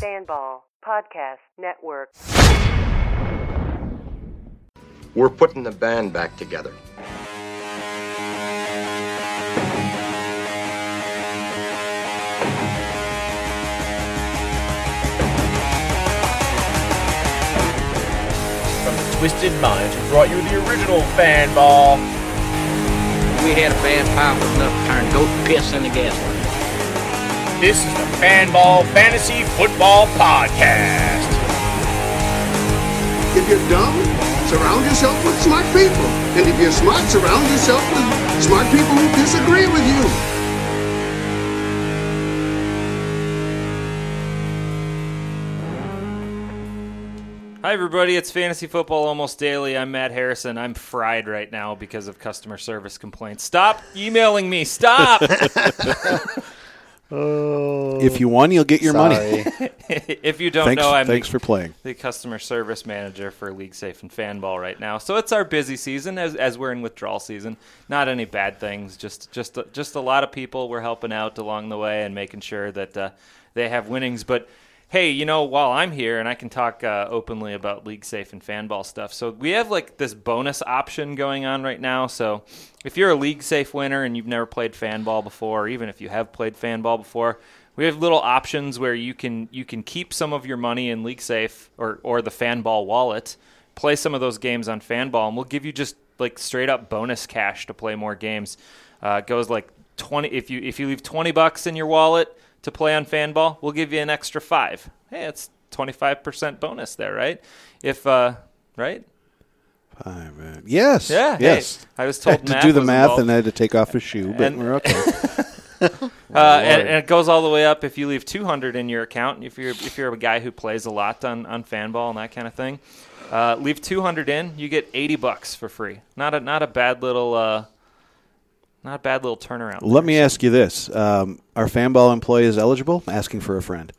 Sandball Podcast Network. We're putting the band back together. From the Twisted Minds, who brought you the original fan ball. We had a bad pile with enough to turn goat piss in the gas line. This is the Fan Ball Fantasy Football Podcast. If you're dumb, surround yourself with smart people. And if you're smart, surround yourself with smart people who disagree with you. Hi, everybody. It's Fantasy Football Almost Daily. I'm Matt Harrison. I'm fried right now because of customer service complaints. Stop emailing me. Stop. If you won, you'll get your money. if you don't thanks know, I'm thanks the, for playing. the customer service manager for League Safe and Fanball right now. So it's our busy season as, as we're in withdrawal season. Not any bad things. Just just just a lot of people we're helping out along the way and making sure that uh, they have winnings. But hey, you know, while I'm here and I can talk uh, openly about League Safe and Fanball stuff, so we have like this bonus option going on right now. So if you're a League Safe winner and you've never played Fanball before, or even if you have played Fanball before, we have little options where you can you can keep some of your money in LeagueSafe or or the Fanball wallet, play some of those games on Fanball, and we'll give you just like straight up bonus cash to play more games. Uh, it goes like twenty if you if you leave twenty bucks in your wallet to play on Fanball, we'll give you an extra five. Hey, it's twenty five percent bonus there, right? If uh, right. Five, uh, yes. Yeah, hey, Yes. I was told had to math do the was math involved. and I had to take off a shoe, but And- we're okay. Uh, and, and it goes all the way up if you leave 200 in your account. If you're if you're a guy who plays a lot on on fanball and that kind of thing, uh, leave 200 in, you get 80 bucks for free. Not a not a bad little uh, not a bad little turnaround. Let me ask you this: um, Are fanball employees eligible? Asking for a friend.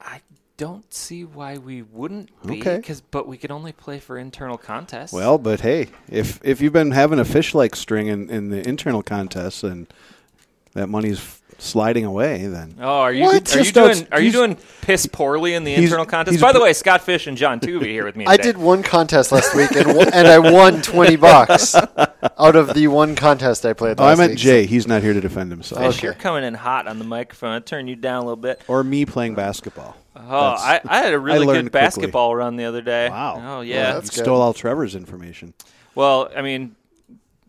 I don't see why we wouldn't be, Okay. 'cause- but we could only play for internal contests. Well, but hey, if if you've been having a fish-like string in, in the internal contests and that money's f- sliding away, then Oh, are you What? are you Just doing don't- are you he's- doing piss poorly in the he's- internal contest? he's By the br- way, Scott Fish and John Tooby here with me. I today. did one contest last week and won, and I won twenty bucks out of the one contest I played. oh, I last meant week. Jay. He's not here to defend himself. Fish, you're coming in hot on the microphone. I turn you down a little bit. Or me playing basketball. Oh, I, I had a really good learned quickly. basketball run the other day. Wow. Oh yeah. that's- you good. stole all Trevor's information. well, I mean,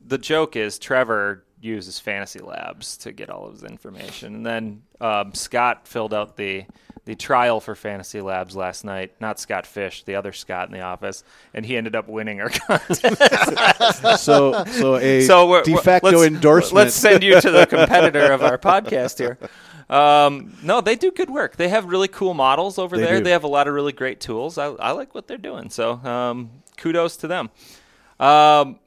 the joke is Trevor uses Fantasy Labs to get all of his information, and then um, Scott filled out the the trial for Fantasy Labs last night. Not Scott Fish, the other Scott in the office, and he ended up winning our contest. So, so a so we're, de we're- facto let's- endorsement. Let's send you to the competitor of our podcast here. Um, no, they do good work. They have really cool models over They there. do. They have a lot of really great tools. I, I like what they're doing. So um, kudos to them. Um,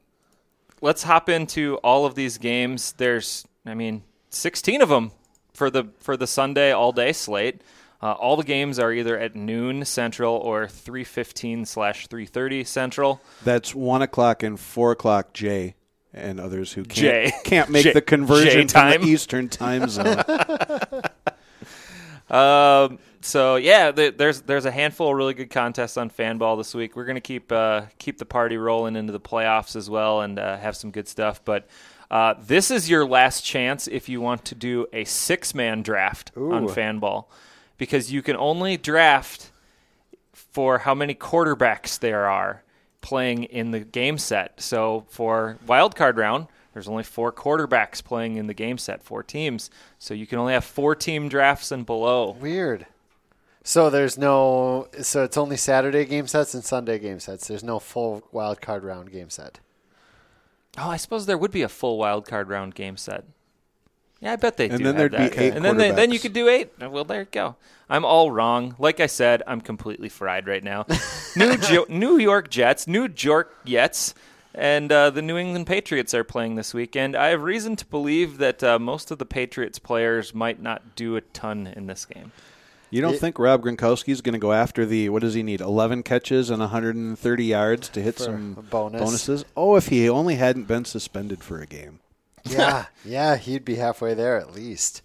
let's hop into all of these games. There's, I mean, 16 of them for the for the Sunday all day slate. Uh, all the games are either at noon Central or 3:15 slash 3:30 Central. That's one o'clock and four o'clock, Jay, and others who can't, Jay. can't make Jay- the Jay conversion time. from the Eastern time zone. Um, so yeah, th there's there's a handful of really good contests on Fanball this week. We're gonna keep uh, keep the party rolling into the playoffs as well, and uh, have some good stuff. But uh, this is your last chance if you want to do a six man draft on Fanball, because you can only draft for how many quarterbacks there are playing in the game set. So for wild card round, there's only four quarterbacks playing in the game set, four teams. So you can only have four team drafts and below. Weird. So there's no. So it's only Saturday game sets and Sunday game sets. There's no full wild card round game set. Oh, I suppose there would be a full wild card round game set. Yeah, I bet they And do. then have there'd be that. eight and then they, then you quarterbacks. could do eight. Oh, Well, there you go. I'm all wrong. Like I said, I'm completely fried right now. New jo- New York Jets, New York Jets, and uh, the New England Patriots are playing this weekend. I have reason to believe that uh, most of the Patriots players might not do a ton in this game. You don't think Rob Gronkowski's going to go after the what does he need? Eleven catches and 130 yards to hit some a bonus. bonuses. Oh, if he only hadn't been suspended for a game. yeah, yeah, he'd be halfway there at least.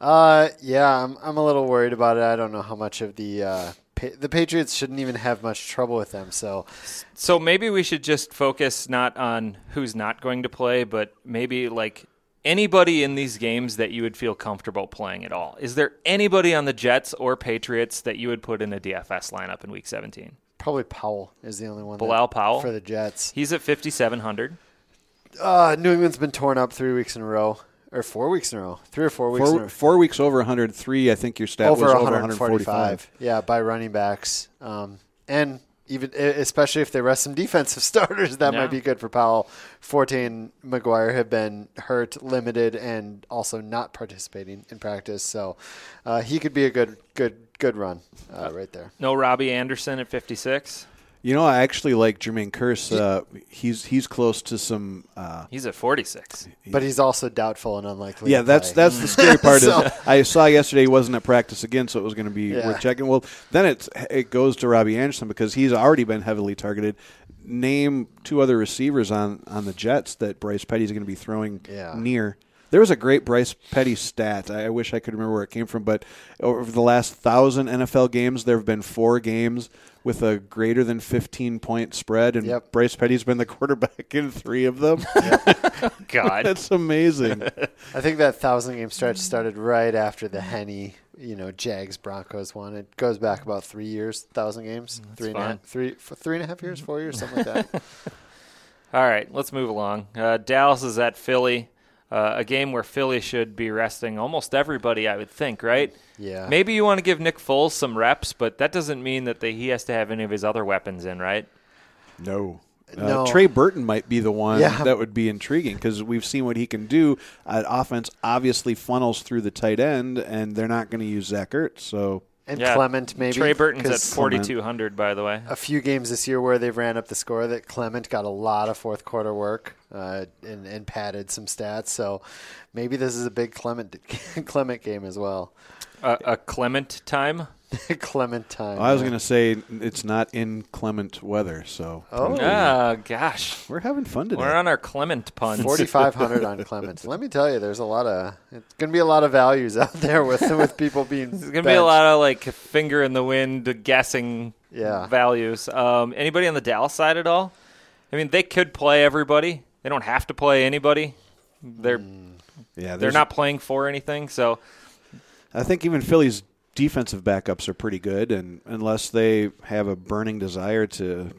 Uh, yeah, I'm, I'm a little worried about it. I don't know how much of the uh, pa- the Patriots shouldn't even have much trouble with them. So So maybe we should just focus not on who's not going to play, but maybe like anybody in these games that you would feel comfortable playing at all. Is there anybody on the Jets or Patriots that you would put in a DFS lineup in Week 17? probably Powell is the only one. that- Bilal Powell for the Jets. He's at 5,700. Uh, New England's been torn up three weeks in a row, or four weeks in a row, three or four weeks in a Four, row. four weeks over 103. I think your stat over was 145. Yeah, by running backs, um, and even e- especially if they rest some defensive starters, that Yeah. might be good for Powell. Forte and McGuire have been hurt, limited, and also not participating in practice, so uh, he could be a good, good, good run uh, right there. No Robbie Anderson at 56. You know, I actually like Jermaine Curse. Uh, he's he's close to some. Uh, He's at 46. But he's also doubtful and unlikely. yeah, to that's play. that's the scary part. So- is I saw yesterday he wasn't at practice again, so it was going to be Yeah. worth checking. Well, then it's it goes to Robbie Anderson because he's already been heavily targeted. Name two other receivers on on the Jets that Bryce Petty's going to be throwing Yeah. near. There was a great Bryce Petty stat. I I wish I could remember where it came from, but over the last thousand NFL games, there have been four games with a greater than 15 point spread, and Yep. Bryce Petty's been the quarterback in three of them. God. That's amazing. I think that thousand game stretch started right after the Henny, you know, Jags Broncos one. It goes back about three years, thousand games, three and a Mm, fine. half- three- f- three and a half years, four years, something like that. All right, let's move along. Uh, Dallas is at Philly, uh, a game where Philly should be resting almost everybody, I would think, right? Yeah. Maybe you want to give Nick Foles some reps, but that doesn't mean that they, he has to have any of his other weapons in, right? No. Uh, No. Trey Burton might be the one Yeah. that would be intriguing because we've seen what he can do. Uh, offense obviously funnels through the tight end, and they're not going to use Zach Ertz. So And Yeah. Clement maybe. Trey Burton's at 'cause Clement. 4,200, by the way. A few games this year where they've ran up the score that Clement got a lot of fourth quarter work uh, and, and padded some stats. So maybe this is a big Clement Clement game as well. A, a Clement time. Clement time. I was going to say it's not inclement weather. So Oh. Oh, gosh. we're having fun today. We're on our Clement puns. 4,500 on Clemens. Let me tell you, there's a lot of it's going to be a lot of values out there with with people being. There's going to be a lot of like finger in the wind guessing Yeah. values. Um, anybody on the Dallas side at all? I mean, they could play everybody. They don't have to play anybody. They're Mm. yeah, they're there's- not playing for anything. So I think even Philly's defensive backups are pretty good, and unless they have a burning desire to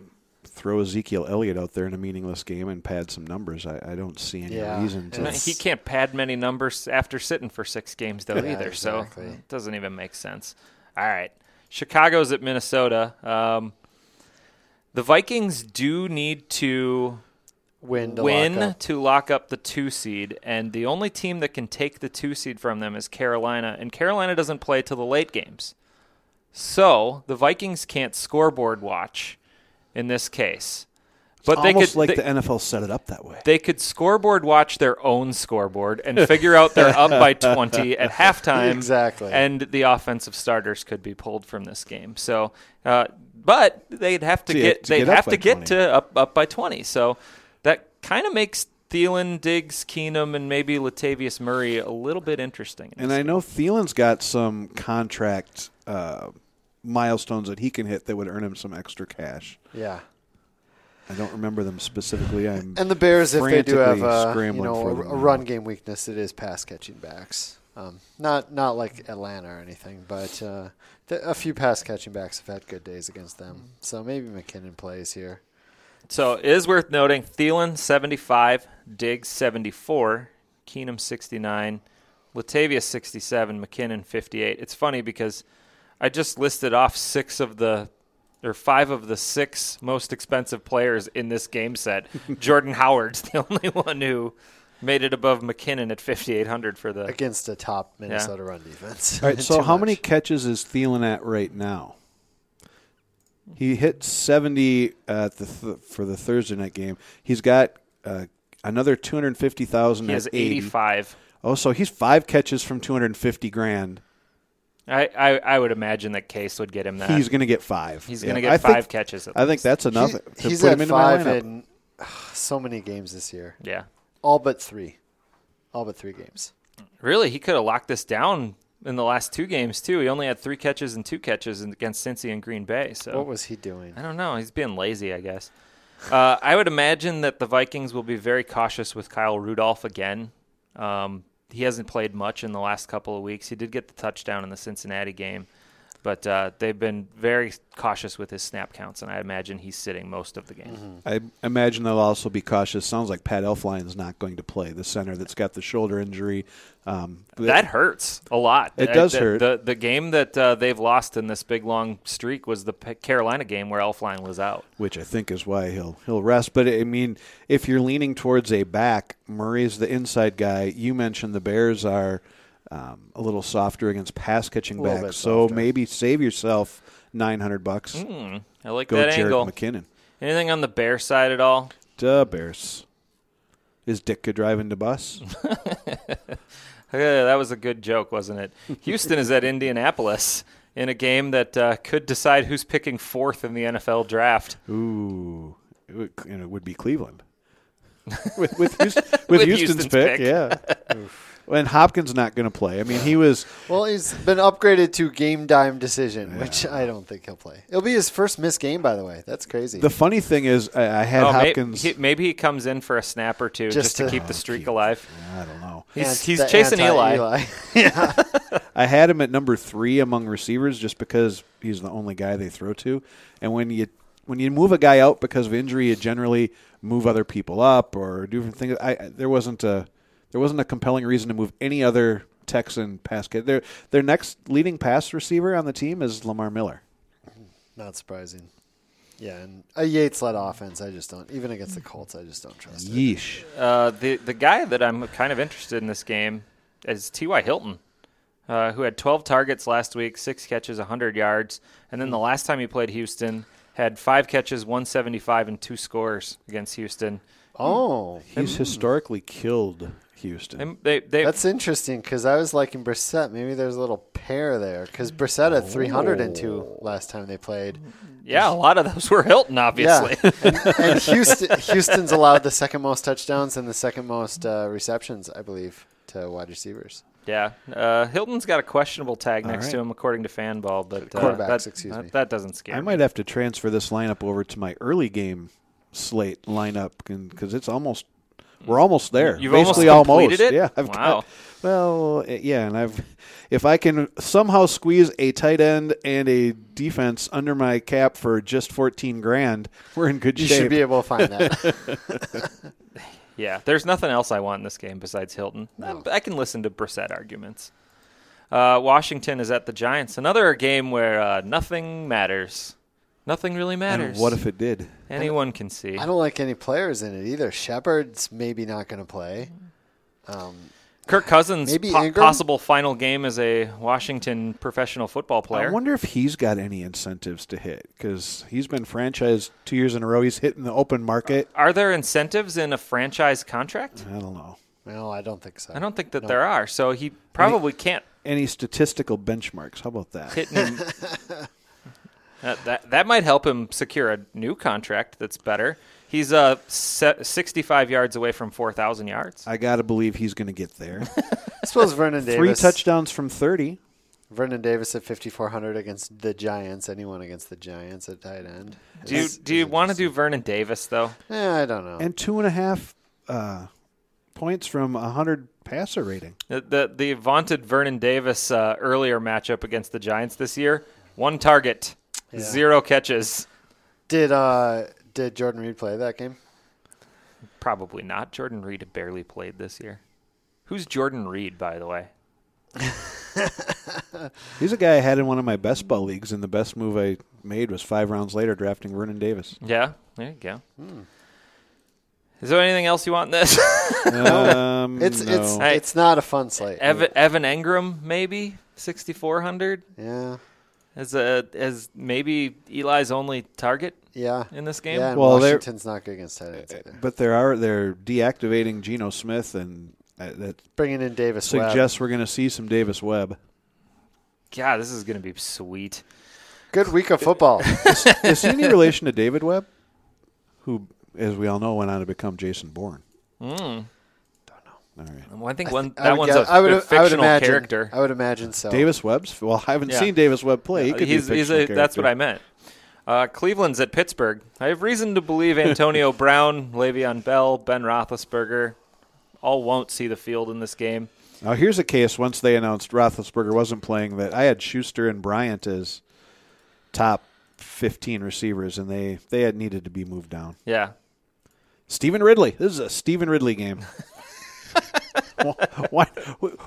throw Ezekiel Elliott out there in a meaningless game and pad some numbers, I, I don't see any Yeah. reason to. And I- he can't pad many numbers after sitting for six games though Yeah, either. exactly. So it doesn't even make sense. All right, Chicago's at Minnesota. Um, the Vikings do need to win to win lock up. to lock up the two seed, and the only team that can take the two seed from them is Carolina, and Carolina doesn't play till the late games. So the Vikings can't scoreboard watch in this case, but they Almost could like they, the NFL set it up that way. they could scoreboard watch their own scoreboard and figure out they're up by 20 at halftime. Exactly. And the offensive starters could be pulled from this game. So, uh, but they'd have to To- get to they'd get up have by to get 20. to up up by 20. So that kind of makes Thielen, Diggs, Keenum, and maybe Latavius Murray a little bit interesting. And I know Thielen's got some contract uh, milestones that he can hit that would earn him some extra cash. Yeah. I don't remember them specifically. I'm And the Bears, if they do have frantically a, you scrambling know, for a, them a now. run game weakness, it is pass catching backs. Um, not not like Atlanta or anything, but uh, th- a few pass catching backs have had good days against them. So maybe McKinnon plays here. So it is worth noting Thielen 75, Diggs 74, Keenum 69, Latavius 67, McKinnon 58. It's funny because I just listed off six of the or five of the six most expensive players in this game set. Jordan Howard's the only one who Made it above McKinnon at 5,800 for the against a top Yeah. Minnesota run defense. All right, so Too how much. many catches is Thielen at right now? He hit 70 at the th- for the Thursday night game. He's got uh, another 250,000 He at has 80. 85. Oh, so he's 5 catches from 250 grand. I, I, I would imagine that Case would get him that. He's going to get 5. He's Yeah, gonna get I think- five catches at I think least. that's enough He's- to he's put at him into five my lineup. in ugh, so many games this year. yeah. All but three. All but three games. Really, he could have locked this down in the last two games too. He only had three catches and two catches in- against Cincy and Green Bay. So What was he doing? I don't know. He's being lazy, I guess. Uh, I would imagine that the Vikings will be very cautious with Kyle Rudolph again. Um, he hasn't played much in the last couple of weeks. He did get the touchdown in the Cincinnati game, but uh, they've been very cautious with his snap counts, and I imagine he's sitting most of the game. Mm-hmm. I imagine they'll also be cautious. Sounds like Pat Elfline is not going to play, the center that's got the shoulder injury. Um, That hurts a lot. It Uh, does the, hurt. The, the game that uh, they've lost in this big long streak was the P- Carolina game where Elfline was out. which I think is why he'll he'll rest. But I mean, if you're leaning towards a back, Murray's the inside guy. You mentioned the Bears are um, a little softer against pass catching little backs, bit so softer. maybe save yourself nine hundred bucks. I like Go Hmm, that Jared angle. McKinnon. Anything on the Bear side at all? Duh, Bears. Is Ditka driving the bus? Uh, that was a good joke, wasn't it? Houston is at Indianapolis in a game that uh, could decide who's picking fourth in the NFL draft. Ooh, it would, and it would be Cleveland. with with, Houston, with, With Houston's, Houston's pick, pick. yeah. and Hopkins not going to play. I mean, he was Well, he's been upgraded to game dime decision, which I don't think he'll play. It'll be his first missed game, by the way. That's crazy. The funny thing is, I, I had Oh, may- Hopkins. he- maybe he comes in for a snap or two just, Just to, to- Oh, keep the streak alive. I don't know. Ant- He's, he's the chasing Eli. anti-Eli. I had him at number three among receivers just because he's the only guy they throw to. And when you when you move a guy out because of injury, you generally move other people up or do different things. I I- there wasn't a there wasn't a compelling reason to move any other Texan pass kid. Their their next leading pass receiver on the team is Lamar Miller. Not surprising. Yeah, and a Yates led offense, I just don't. Even against the Colts, I just don't trust it. Yeesh. Uh, the the guy that I'm kind of interested in this game is T.Y. Hilton, uh, who had 12 targets last week, six catches, 100 yards, and then the Hmm. last time he played Houston had five catches, 175, and two scores against Houston. Oh, He's historically killed Houston. And they they that's interesting because I was liking Brissett. Maybe there's a little pair there because Brissett had 302 last time they played. yeah, a lot of those were Hilton, obviously. Yeah, and, and Houston, Houston's allowed the second most touchdowns and the second most uh, receptions, I believe, to wide receivers. Yeah, uh, Hilton's got a questionable tag next right. to him, according to Fanball, but uh, Quarterbacks, that, excuse that, me. that doesn't scare I me. might have to transfer this lineup over to my early game slate lineup because it's almost we're almost there. You've almost Basically, completed it? Yeah, I've Wow. got. Well, eh, yeah, and I've if I can somehow squeeze a tight end and a defense under my cap for just fourteen grand, we're in good You shape. should be able to find that. Yeah, there's nothing else I want in this game besides Hilton. Um, I, I can listen to Brissett arguments. Uh, Washington is at the Giants. Another game where uh, nothing matters. Nothing really matters. and what if it did? anyone can see? I don't like any players in it either. Shepard's maybe not going to play. Kirk Cousins' Maybe po- Ingram? possible final game as a Washington professional football player. I wonder if he's got any incentives to hit because he's been franchised two years in a row. He's hitting the open market. Are there incentives in a franchise contract? I don't know. No, I don't think so. I don't think that there are. So he probably can't Any statistical benchmarks? How about that? hit. Any... that, that that might help him secure a new contract that's better. He's uh se- 65 yards away from 4,000 yards. I gotta believe he's gonna get there. I suppose Vernon Davis. Three touchdowns from thirty. Vernon Davis at 5,400 against the Giants. Anyone against the Giants at tight end? Do you is- do you want to do Vernon Davis though? Eh, I don't know. and two and a half uh, points from a hundred passer rating. The the, the vaunted Vernon Davis uh, earlier matchup against the Giants this year, one target, zero catches. did uh did Jordan Reed play that game? Probably not. Jordan Reed barely played this year. Who's Jordan Reed, by the way? He's a guy I had in one of my best ball leagues, and the best move I made was five rounds later drafting Vernon Davis. Yeah, there you go. Is there anything else you want in this? Um, It's it's no. it's not a fun slate. Evan, Evan Engram, maybe sixty four hundred yeah, as a as maybe Eli's only target yeah. in this game. Yeah, and Well, they're- Washington's not good against tight ends. Either. But there are they're deactivating Geno Smith, and that, that Bringing in Davis suggests we're going to see some Davis Webb. God, this is gonna be sweet. Webb. Good week of football. Is he any relation to David Webb, who, as we all know, went on to become Jason Bourne? Oh. Mm. Don't know. All right. Well, I think one I that would one's guess- a, I would- a I would fictional imagine, character. I would imagine so. Davis Webb's well, I haven't Yeah. seen Davis Webb play. He could he's, be a he's fictional a, that's what character. I meant. Uh, Cleveland's at Pittsburgh. I have reason to believe Antonio Brown, Le'Veon Bell, Ben Roethlisberger all won't see the field in this game. Now here's a case. Once they announced Roethlisberger wasn't playing, that I had Schuster and Bryant as top fifteen receivers, and they they had needed to be moved down. Yeah, Stephen Ridley. This is a Stephen Ridley game. Why,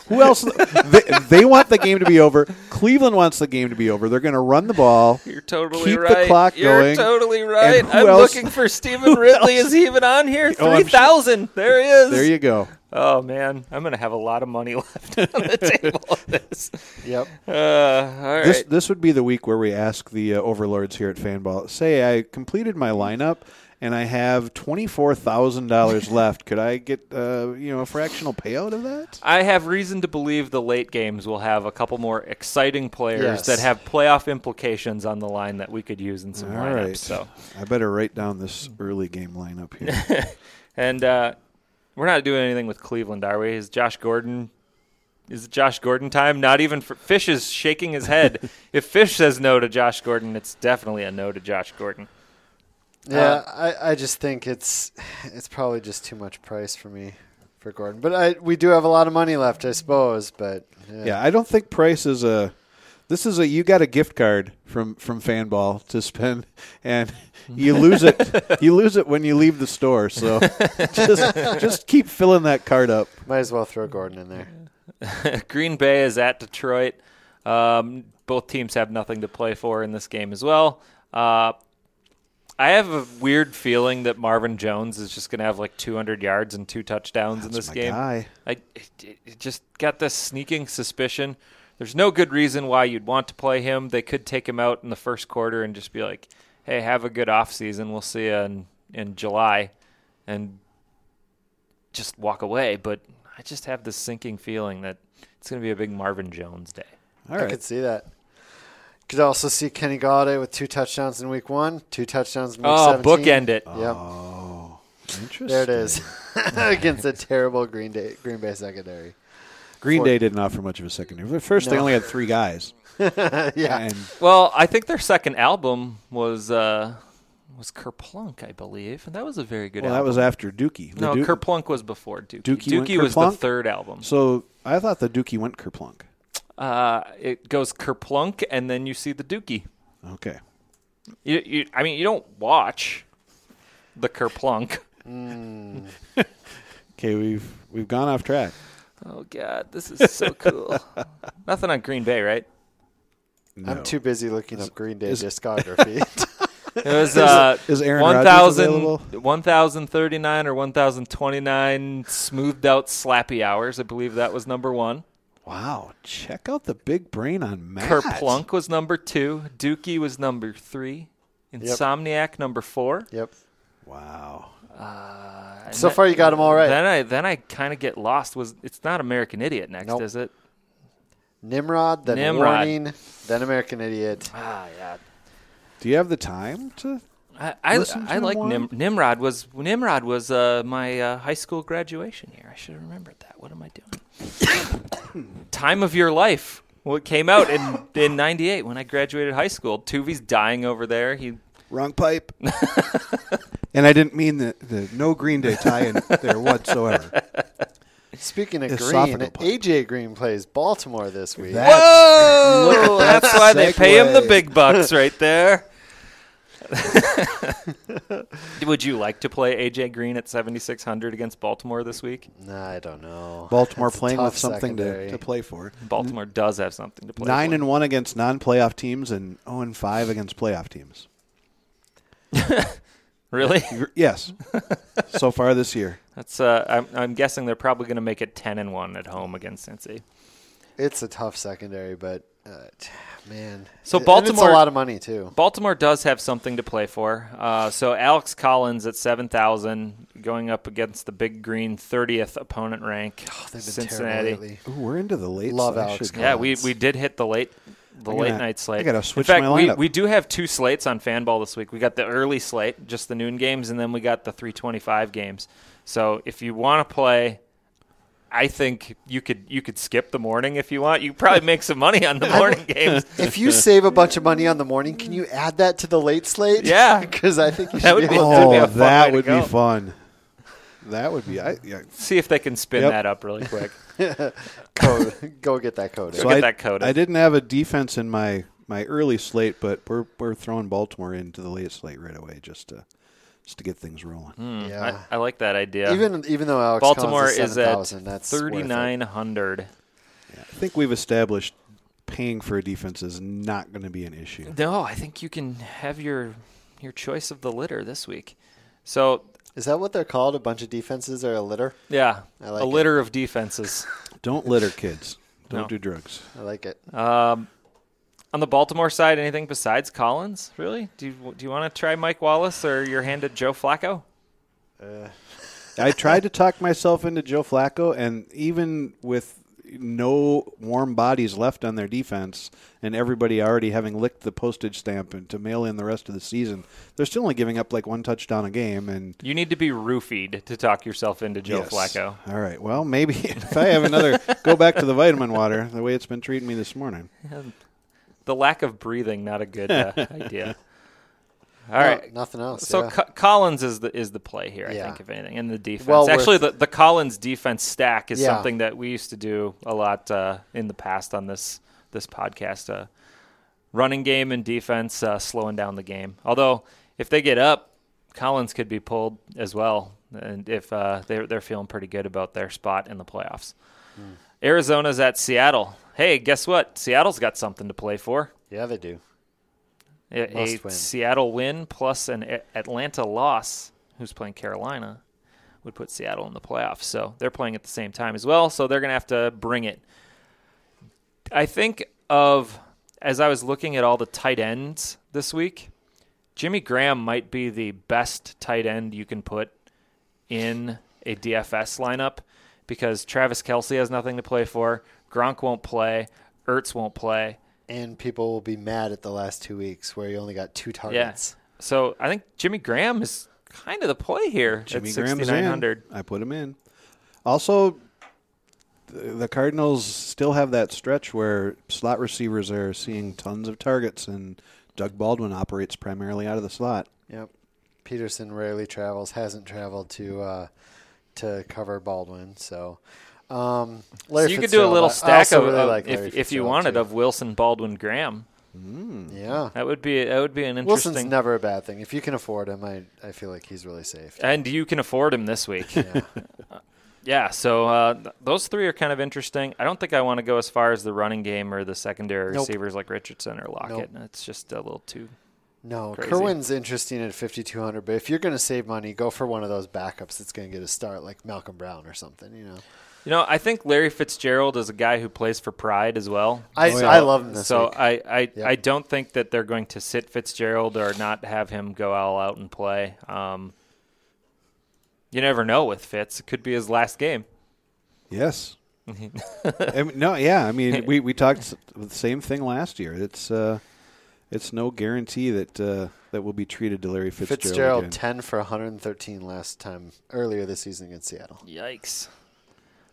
who else? They, they want the game to be over. Cleveland wants the game to be over. They're going to run the ball. you're totally keep right. the clock you're going. totally and right. who I'm else- looking for Stephen who Ridley. else- Is he even on here? Oh, I'm Three thousand. There he is. There you go. oh man, I'm gonna have a lot of money left on the table. of This. Yep. Uh, all right. This this would be the week where we ask the uh, overlords here at Fanball. Say I completed my lineup and I have twenty four thousand dollars left. Could I get uh, you know a fractional payout of that? I have reason to believe the late games will have a couple more exciting players Yes. that have playoff implications on the line that we could use in some All lineups. right. So, I better write down this early game lineup here. and uh, we're not doing anything with Cleveland, are we? Is Josh Gordon? Is it Josh Gordon time? Not even for, Fish is shaking his head. if Fish says no to Josh Gordon, it's definitely a no to Josh Gordon. Yeah, I, I just think it's it's probably just too much price for me for Gordon. But I we do have a lot of money left, I suppose. But yeah, yeah, I don't think Price is a. This is a you got a gift card from from Fanball to spend, and you lose it. you lose it when you leave the store. So just just keep filling that card up. might as well throw Gordon in there. Green Bay is at Detroit. Um, both teams have nothing to play for in this game as well. Uh, I have a weird feeling that Marvin Jones is just going to have like 200 yards and two touchdowns in this my game. guy. I it, it- it just got this sneaking suspicion. There's no good reason why you'd want to play him. They could take him out in the first quarter and just be like, "Hey, have a good off season. We'll see you in in July," and just walk away. But I just have this sinking feeling that it's going to be a big Marvin Jones day. All I right. could see that. Could also see Kenny Galladay with two touchdowns in Week One, two touchdowns in Week Oh, 17. bookend it. Yep, Oh, Interesting. there it is against a terrible Green Day Green Bay secondary. Green For- Day didn't offer much of a secondary. First, they No. only had three guys. yeah, And Well, I think their second album was uh, was Kerplunk, I believe, and that was a very good well, that album. was after Dookie. The no, Doo- Kerplunk was before Dookie. Dookie Dookie, went was the Kerplunk? third album. So I thought the Dookie went Kerplunk. Uh, it goes Kerplunk, and then you see the Dookie. Okay. You, you, I mean, you don't watch the Kerplunk. Okay, we've we've gone off track. Oh God, this is so cool. Nothing on Green Bay, right? I'm too busy looking up Green Day is- discography. It was uh, is Aaron Rodgers 1,000 available? 1,039 or 1,029 smoothed out slappy hours. I believe that was number one. Wow! Check out the big brain on Matt. Kerplunk was number two. Dookie was number three. Insomniac number four. yep. Wow. And So then- far, you got them all right. Then I then I kind of get lost. Was it's not American Idiot next, Nope. is it? Nimrod, then Nimrod. Warning, then American Idiot. Ah, yeah. Do you have the time to? I I, Listen to I like one. Nim, Nimrod was Nimrod was uh, my uh, high school graduation year. I should have remembered that. What am I doing? Time of your life. Well, it came out in in '98 when I graduated high school. Tuvi's dying over there. He Wrong pipe. and I didn't mean the, the no Green Day tie in there whatsoever. Speaking of Green, Esophageal pipe. AJ Green plays Baltimore this week. That- whoa! That's why they pay him the Oh, segue. big bucks right there. Would you like to play AJ Green at 7600 against Baltimore this week? Nah, I don't know. Baltimore That's a playing tough with something to, secondary. to play for. Baltimore does have something to play. Nine for. and one against oh non-playoff teams, and zero and five against playoff teams. Really? yes. so far this year. That's. Uh, I'm, I'm guessing they're probably going to make it ten and one at home against Cincy. It's a tough secondary, but uh, t- man, So And it's Baltimore a lot of money too. Baltimore does have something to play for. Uh, so Alex Collins at seven thousand, going up against the Big Green thirtieth opponent rank, Oh, They've been terrible Cincinnati. lately. Ooh, we're into the late. Love so I Alex should- Yeah, we, Collins. we did hit the late the I late gotta- night slate. I gotta switch In fact, my we, lineup. we do have two slates on Fanball this week. We got the early slate, just the noon games, and then we got the three twenty five games. So if you want to play. I think you could you could skip the morning if you want. You could probably make some money on the morning games. If you save a bunch of money on the morning, can you add that to the late slate? Yeah. because I think you That should would be be- able That'd be a Oh, fun way that to would be go. fun. That would be. I, yeah. See if they can spin Yep. that up really quick. to code. go get that code. So- get I, that coded. I didn't have a defense in my my early slate, but we're we're throwing Baltimore into the late slate right away just to just to get things rolling. Hmm. yeah. I, I like that idea. Even even though Alex Baltimore Collins is, is 7,000, at that's worth it. thirty nine hundred. I think we've established paying for a defense is not going to be an issue. No, I think you can have your your choice of the litter this week. So Is that what they're called? A bunch of defenses or a litter? yeah, I like a it. litter of defenses. Don't litter kids. Don't No. do drugs. I like it. On the Baltimore side, anything besides Collins? Really? Do you, do you want to try Mike Wallace or your hand at Joe Flacco? I tried to talk myself into Joe Flacco, and even with no warm bodies left on their defense, and everybody already having licked the postage stamp and to mail in the rest of the season, they're still only giving up like one touchdown a game. And You need to be roofied to talk yourself into Joe Yes. Flacco. All right. Well, maybe if I have another, go back to the vitamin water. The way it's been treating me this morning. The lack of breathing, not a good uh, idea. All right. Oh, nothing else. So yeah. Co- Collins is the is the play here, I Yeah. think, if anything, in the defense. Well worth- Actually, the, the Collins defense stack is Yeah. something that we used to do a lot uh, in the past on this this podcast. Uh, running game and defense uh, slowing down the game. Although, if they get up, Collins could be pulled as well, and if uh, they're they're feeling pretty good about their spot in the playoffs. Hmm. Arizona's at Seattle. Hey, guess what? Seattle's got something to play for. yeah, they do. A, a Must win. Seattle win plus an A- Atlanta loss, who's playing Carolina, would put Seattle in the playoffs. So they're playing at the same time as well. So they're going to have to bring it. I think of as I was looking at all the tight ends this week, Jimmy Graham might be the best tight end you can put in a DFS lineup because Travis Kelsey has nothing to play for. Gronk won't play. Ertz won't play. And people will be mad at the last two weeks where you only got two targets. Yeah. So I think Jimmy Graham is kind of the play here Jimmy at Graham's 6,900. in. I put him in. Also, th- the Cardinals still have that stretch where slot receivers are seeing tons of targets, and Doug Baldwin operates primarily out of the slot. Yep. Peterson rarely travels, hasn't traveled to uh, to cover Baldwin. So, um, So Larry you could do a little Fitzgerald, I- I stack also of, really of- like Larry if, if you Fitzgerald, wanted, too. of Wilson, Baldwin, Graham. Yeah. That would be that would be an interesting. Wilson's never a bad thing. If you can afford him, I, I feel like he's really safe. and you can afford him this week. Yeah. so uh, th- those three are kind of interesting. I don't think I want to go as far as the running game or the secondary Nope. receivers like Richardson or Lockett. It's just a little too. No, Crazy. Kerwin's interesting at 5,200, but if you're going to save money, go for one of those backups that's going to get a start, like Malcolm Brown or something, you know. You know, I think Larry Fitzgerald is a guy who plays for pride as well. I, yeah. I love him this so week. I, I, Yep. I don't think that they're going to sit Fitzgerald or not have him go all out and play. Um, you never know with Fitz; it could be his last game. Yes. Mm-hmm. I mean, no, yeah. I mean, we, we talked s- the same thing last year. It's uh, it's no guarantee that uh, that we'll be treated to Larry Fitzgerald. Fitzgerald again. 10 for 113 last time earlier this season against Seattle. Yikes!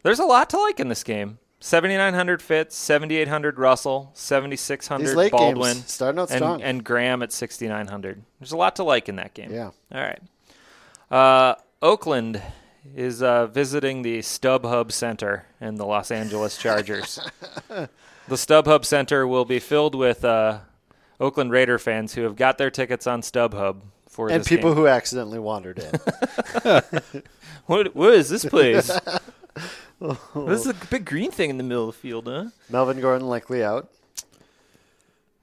There's a lot to like in this game. 7,900 Fitz, 7,800 Russell, 7,600 These late Baldwin, games starting out and, strong. and Graham at 6,900. There's a lot to like in that game. Yeah. All right. Uh, Oakland is uh, visiting the StubHub Center and the Los Angeles Chargers. the StubHub Center will be filled with uh, Oakland Raider fans who have got their tickets on StubHub for And this people game. who accidentally wandered in. What, what is this place? this is a big green thing in the middle of the field, huh? Melvin Gordon likely out.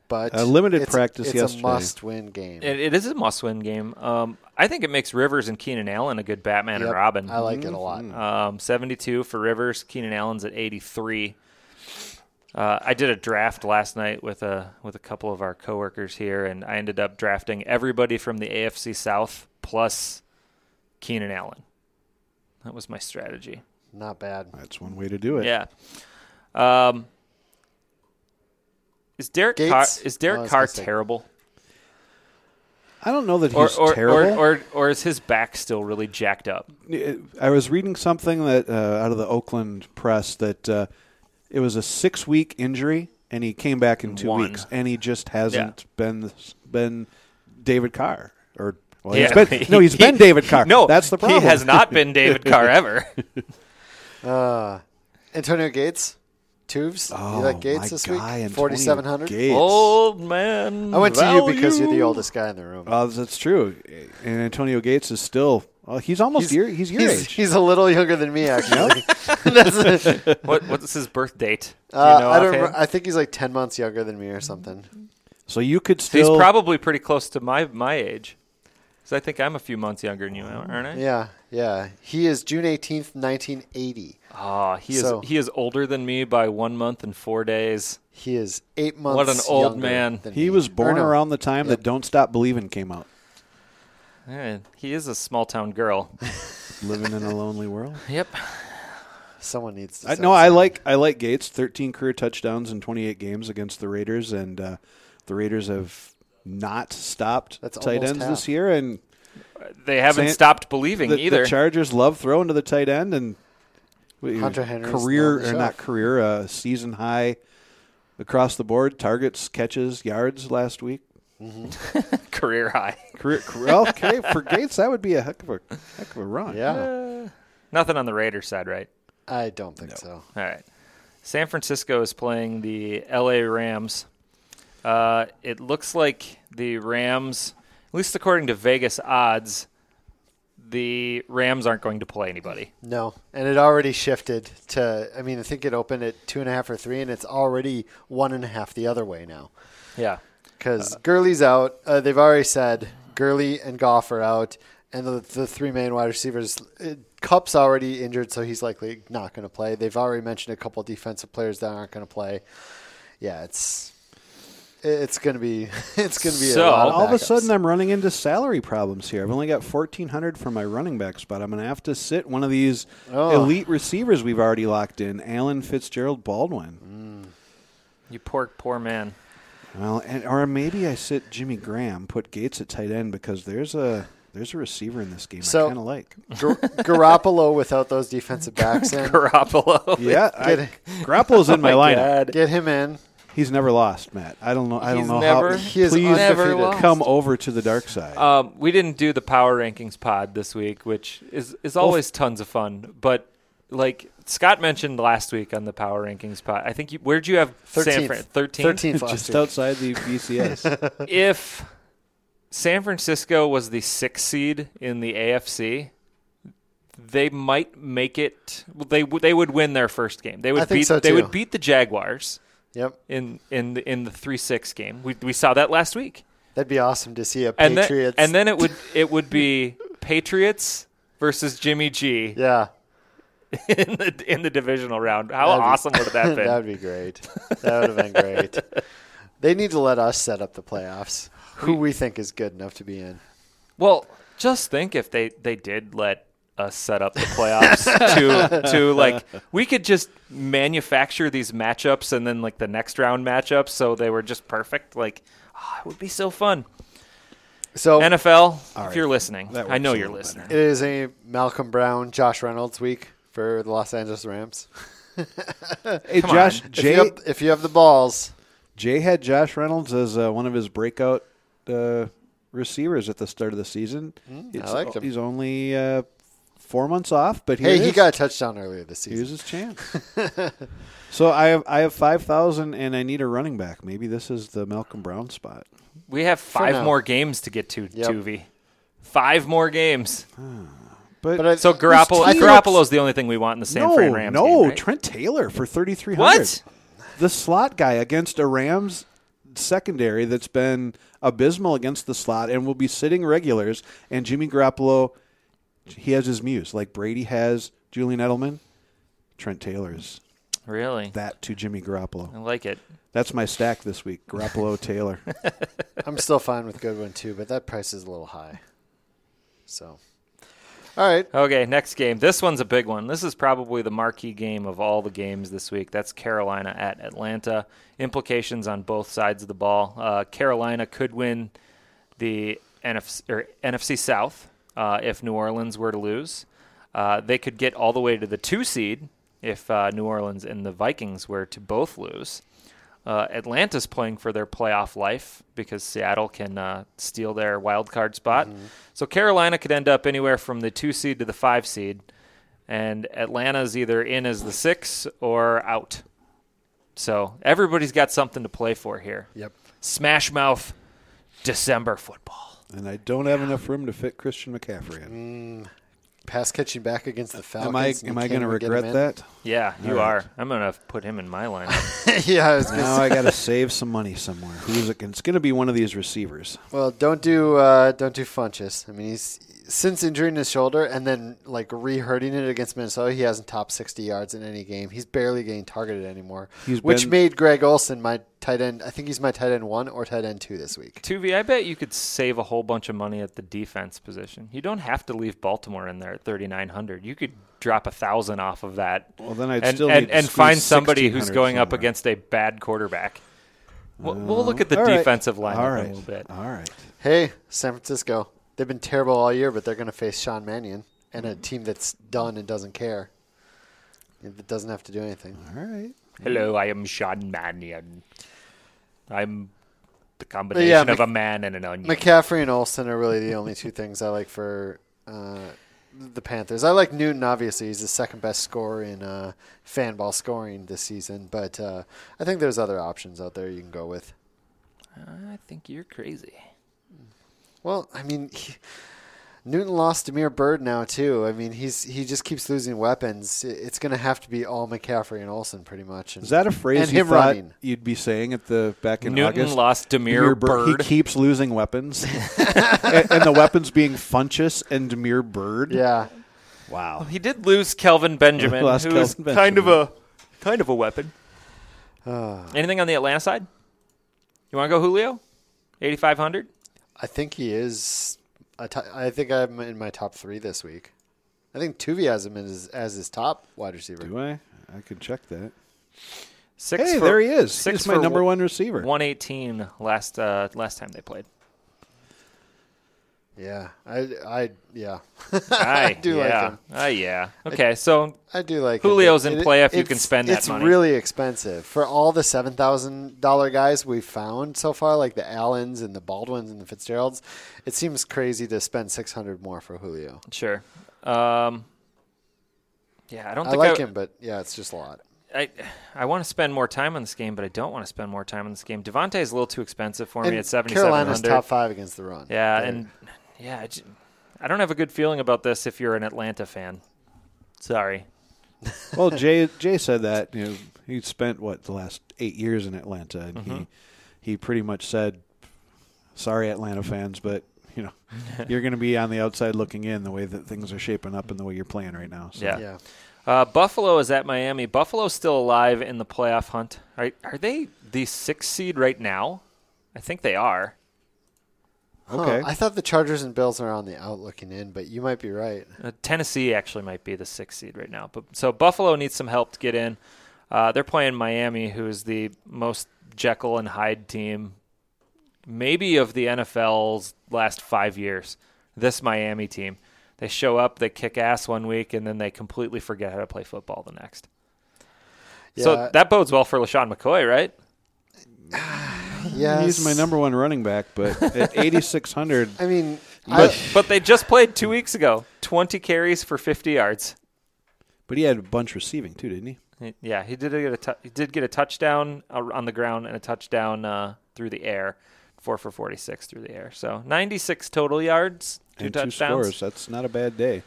but Uh, limited it's- practice It's yesterday. a must-win game. It, it is a must-win game. Um, I think it makes Rivers and Keenan Allen a good Batman Yep, and Robin. I like it a lot. Um, 72 for Rivers. Keenan Allen's at 83. Uh, I did a draft last night with a with a couple of our coworkers here, and I ended up drafting everybody from the AFC South plus Keenan Allen. That was my strategy. Mm-hmm. Not bad. That's one way to do it. Yeah. Um, is Derek Gates? Carr, is No, I Derek was Carr gonna say- terrible? I don't know that Or he's or, or terrible. or or is his back still really jacked up? I was reading something that uh, out of the Oakland press that uh, it was a six-week injury, and he came back in two One. weeks, and he just hasn't been been David Carr or. Well, Oh, he's Yeah. been, no, he's been He- David Carr. No, that's the problem. He has not been David Carr ever. Antonio Gates, Tubes. Oh, you like Gates my this guy, week? Antonio Forty-seven hundred. Gates. Old man. I went to you because you're the value. oldest guy in the room. Uh, that's true. And Antonio Gates is still. Well, he's almost your. He's your he's, age. he's a little younger than me, actually. That's- What, what's his birth date? Do you uh, know I don't. offhand? remember- I think he's like ten months younger than me or something. so you could He's still. probably pretty close to my my age, because I think I'm a few months younger than you, aren't I? Yeah, yeah. He is June eighteenth, nineteen eighty. Ah, he is So- he is older than me by one month and four days. He is eight months. an old younger man. than he me. was Or born no. around the time that "Don't Stop Believing" came out. Eh, he is a small town girl. Living in a lonely world. yep. Someone needs to. I, say no, I something. like I like Gates. Thirteen career touchdowns in twenty-eight games against the Raiders, and uh, the Raiders have not stopped That's tight almost ends half. this year. And They haven't San- stopped believing the, either. the Chargers love throwing to the tight end, and we- Hunter Henry's still career on the or shelf. not career uh, season high across the board targets, catches, yards last week. Career high. Career, career well, okay, for Gates that would be a heck of a heck of a run. Yeah, Nothing on the Raiders side, right? I don't think so. All right. San Francisco is playing the LA Rams. Uh, it looks like the Rams, at least according to Vegas odds, the Rams aren't going to play anybody. No, and it already shifted to. I mean, I think it opened at two and a half or three, and it's already one and a half the other way now. Yeah. Because Gurley's out. Uh, they've already said Gurley and Goff are out, and the, the three main wide receivers. uh Cup's already injured, so he's likely not going to play. They've already mentioned a couple defensive players that aren't going to play. Yeah, it's it's going to be it's going to be So- a lot All of a backups. sudden, I'm running into salary problems here. I've only got 1,400 for my running back spot. I'm going to have to sit one of these Oh. elite receivers we've already locked in Allen Fitzgerald Mm. Baldwin. You poor, poor man. Well, and, or maybe I sit Jimmy Graham, put Gates at tight end because there's a there's a receiver in this game So- I kind of like. Gar- Garoppolo without those defensive backs in. Garoppolo. Yeah, I, Grapple's in my, Oh lineup. Get him in. He's never lost, Matt. I don't know. I don't He's know never- how. he is please never lost. come over to the dark side. Um, we didn't do the power rankings pod this week, which is is always tons of fun. But like Scott mentioned last week on the power rankings pod, I think you, where'd you have San Fran? 13th. 13? 13th last just week. outside the BCS. if San Francisco was the sixth seed in the AFC, they might make it. well, They w- they would win their first game. They would I think beat. so, they too. would beat the Jaguars Yep. in in the, in the three six game. We we saw that last week. That'd be awesome to see a And Patriots. then and then it would it would be Patriots versus Jimmy G yeah. in the in the divisional round. How That'd be- awesome would that have been? that would be great. That would have been great. They need to let us set up the playoffs. Who we think is good enough to be in. Well, just think if they they did let us set up the playoffs to to like we could just manufacture these matchups and then like the next round matchups so they were just perfect. Like ah, it would be so fun. So NFL, Oh. right. if you're listening, That I know works a you're little better. listening. it is a Malcolm Brown, Josh Reynolds week for the Los Angeles Rams. hey, Josh, Jay, If you, have, if you have the balls, Jay had Josh Reynolds as uh, one of his breakout uh, receivers at the start of the season. It's- Mm, liked him. He's only uh, four months off, but here hey, it he is. got a touchdown earlier this here's season. his chance. so I have I have five thousand, and I need a running back. Maybe this is the Malcolm Brown spot. We have five now. more games to get to, Yep. Tuvi. Five more games. But, But I- So Garoppolo, These teams- Garoppolo's the only thing we want in the San no, Fran Rams. no, game, right? Trent Taylor for thirty three hundred. What? The slot guy against a Rams secondary that's been abysmal against the slot and will be sitting regulars. And Jimmy Garoppolo, he has his muse. Like Brady has Julian Edelman, Trent Taylor's Really? that to Jimmy Garoppolo. I like it. That's my stack this week Garoppolo, Taylor. I'm still fine with Goodwin too, but that price is a little high. So, all right, Okay, next game. This one's a big one. This is probably the marquee game of all the games this week. That's Carolina at Atlanta. Implications on both sides of the ball. Uh, Carolina could win the NFC, or NFC South uh, if New Orleans were to lose. Uh, they could get all the way to the two seed if uh, New Orleans and the Vikings were to both lose. Uh, Atlanta's playing for their playoff life because Seattle can uh, steal their wild card spot. So Carolina could end up anywhere from the two seed to the five seed, and Atlanta's either in as the six or out. So everybody's got something to play for here. Yep. Smash mouth, December football. and I don't have enough room to fit Christian McCaffrey in. pass catching back against the Mm, Falcons. Am I and you am I can't going to even get him regret in. that? Yeah, you All right. are. I'm gonna put him in my lineup. yeah, I was gonna Now I got to save some money somewhere. Who's it? It's going to be one of these receivers. Well, don't do uh, don't do Funches. I mean, he's since injuring his shoulder and then like re-hurting it against Minnesota, he hasn't topped sixty yards in any game. He's barely getting targeted anymore, He's which been- made Greg Olson my tight end. I think he's my tight end one or tight end two this week. Tuvi, I bet you could save a whole bunch of money at the defense position. You don't have to leave Baltimore in there at 3,900. You could drop a thousand off of that. Well, then I'd and, still and, need to and squeeze find somebody who's 1,600 going up somewhere. against a bad quarterback. We'll, we'll look at the All right. defensive line All right. a little bit. All right. Hey, San Francisco, they've been terrible all year, but they're going to face Sean Mannion and a team that's done and doesn't care. It doesn't have to do anything. All right. Hello, I am Sean Mannion. I'm the But combination yeah, of Mc- a man and an onion. McCaffrey and Olson are really the only two things I like for uh, the Panthers. I like Newton, obviously. He's the second best scorer in uh, fan ball scoring this season, but uh, I think there's other options out there you can go with. I think you're crazy. Well, I mean, he- Newton lost Demir Bird now, too. I mean, he's he just keeps losing weapons. I- It's going to have to be all McCaffrey and Olson, pretty much. And, Is that a phrase and you him thought running. you'd be saying at the back in Newton August? lost Demir Bird. He keeps losing weapons, and, and the weapons being Funchess and Demir Bird. Yeah. Wow. He did lose Kelvin Benjamin, Lost who is Kelvin kind of Benjamin. a kind of a weapon. Anything on the Atlanta side? You want to go Julio, eighty five hundred? I think he is. a t- I think I'm in my top three this week. I think Tuvi has him as, as his top wide receiver. Do I? I can check that. Six. hey, for- there he is. Six He's my for number one receiver. One eighteen last uh, last time they played. Yeah, I, I, yeah, I do like yeah. him. Ah, yeah. Okay, so I do like it. Julio's in It- play if you it's- can spend that it's money. really expensive for all the seven thousand dollar guys we've found so far, like the Allens and the Baldwins and the Fitzgeralds. It seems crazy to spend six hundred more for Julio. sure. Um, yeah, I don't I, think like I, him, but yeah, it's just a lot. I I want to spend more time on this game, but I don't want to spend more time on this game. Devontae is a little too expensive for me And at seventy seven Carolina's hundred. top five against the run. Yeah, They're- and yeah, I, ju- I don't have a good feeling about this if you're an Atlanta fan. Sorry. well, Jay Jay said that you know he spent what the last eight years in Atlanta, and he he pretty much said, "Sorry, Atlanta fans, but you know you're going to be on the outside looking in the way that things are shaping up and the way you're playing right now." So. Yeah. yeah, Uh, Buffalo is at Miami. Buffalo's still alive in the playoff hunt. Are, are they the sixth seed right now? I think they are. Huh, Okay. Oh, I thought the Chargers and Bills are on the out looking in, but you might be right. Uh, Tennessee actually might be the sixth seed right now. But so Buffalo needs some help to get in. Uh, they're playing Miami, who is the most Jekyll and Hyde team, maybe of the NFL's last five years. This Miami team, they show up, they kick ass one week, and then they completely forget how to play football the next. Yeah. So that bodes well for Lashawn McCoy, right? Yeah, He's my number one running back, but at 8,600, I mean, I, But but they just played two weeks ago. Twenty carries for fifty yards. but he had a bunch receiving too, didn't he? Yeah, he did get a tou- he did get a touchdown uh, on the ground and a touchdown uh, through the air, four for forty six through the air. So ninety six total yards, two and two touchdowns. scores. That's not a bad day.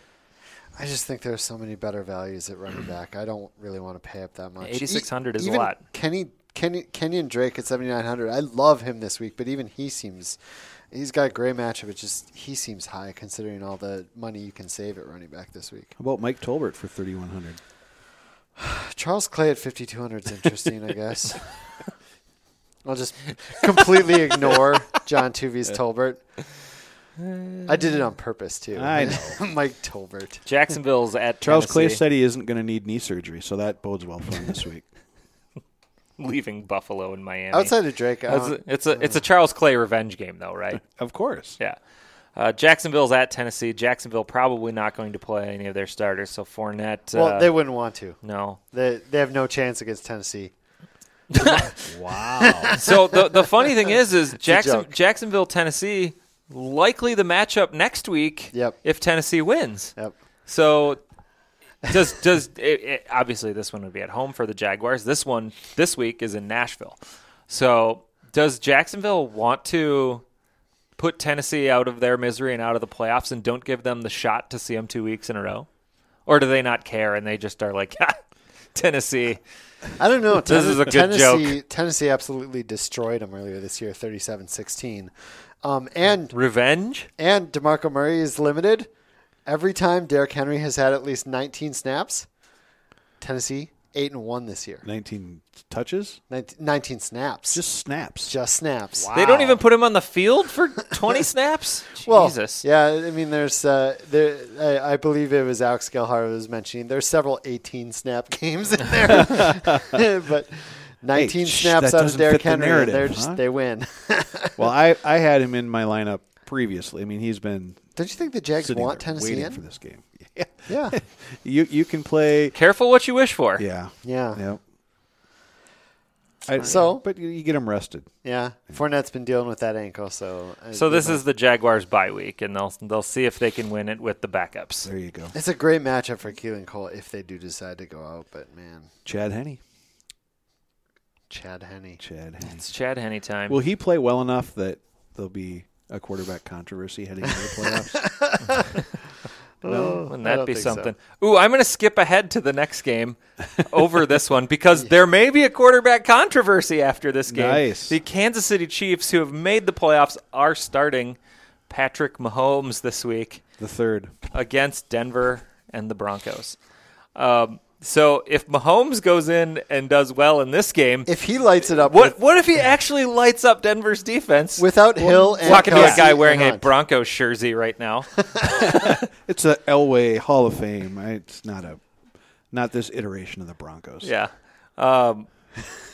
I just think there's so many better values at running back. I don't really want to pay up that much. E- 8,600 is a even lot. Kenny Ken, Kenyon Drake at 7,900. I love him this week, but even he seems. He's got a great matchup. It just he seems high considering all the money you can save at running back this week. How about Mike Tolbert for 3,100? Charles Clay at 5,200 is interesting, I guess. I'll just completely ignore John Tuvey's Tolbert. I did it on purpose too. I know. Mike Tolbert. Jacksonville's at Charles Clay Tennessee, said he isn't going to need knee surgery, so that bodes well for him this week. leaving Buffalo and Miami. Outside of Drake, I uh, don't- That's a- it's a it's a Charles Clay revenge game though, right? Of course. Yeah. Uh, Jacksonville's at Tennessee. Jacksonville probably not going to play any of their starters, so Fournette. well, uh, they wouldn't want to. no. They they have no chance against Tennessee. So the the funny thing is, is Jackson, joke. Jacksonville, Tennessee, likely the matchup next week. Yep. If Tennessee wins, Yep. so does does it, it, obviously this one would be at home for the Jaguars. This one this week is in Nashville. So does Jacksonville want to put Tennessee out of their misery and out of the playoffs and don't give them the shot to see them two weeks in a row, or do they not care and they just are like Tennessee? I don't know. This is a good Tennessee, Tennessee absolutely destroyed them earlier this year, 37-16. Um, and Revenge? and DeMarco Murray is limited. Every time Derrick Henry has had at least 19 snaps, Tennessee 8 and 1 this year. 19 touches? 19, 19 snaps. Just snaps. just snaps. They don't even put him on the field for 20 snaps? Well, Jesus. yeah, I mean, there's uh, there. I, I believe it was Alex Gelhar who was mentioning there's several 18 snap games in there, but 19 shh, snaps that out of doesn't Derrick fit the Henry, and narrative, they're just huh? they win. Well, I, I had him in my lineup previously. I mean, he's been Don't you think the Jags sitting want there Tennessee waiting in? for this game. Yeah. Yeah, You you can play. Careful what you wish for. Yeah. Yeah. Yep. I, So- but you, you get him rested. yeah. Fournette's been dealing with that ankle, so uh, So this they might- is the Jaguars bye week, and they'll they'll see if they can win it with the backups. There you go. it's a great matchup for Keelan Cole if they do decide to go out. But man, Chad Henney. Chad Henney, Chad Henney. It's Chad Henney time. Will he play well enough that there'll be a quarterback controversy heading into the playoffs? Wouldn't I that don't be think so. something? Ooh, I'm going to skip ahead to the next game over this one because there may be a quarterback controversy after this game. Nice. The Kansas City Chiefs, who have made the playoffs, are starting Patrick Mahomes this week. the third. against Denver and the Broncos. Um, so if Mahomes goes in and does well in this game, if he lights it up what with- what if he actually lights up Denver's defense? without Hill it's and not going to be a Kelsey guy and wearing a Hunt. Broncos jersey right now. It's a Elway Hall of Fame. I- It's not a not this iteration of the Broncos. yeah. Um,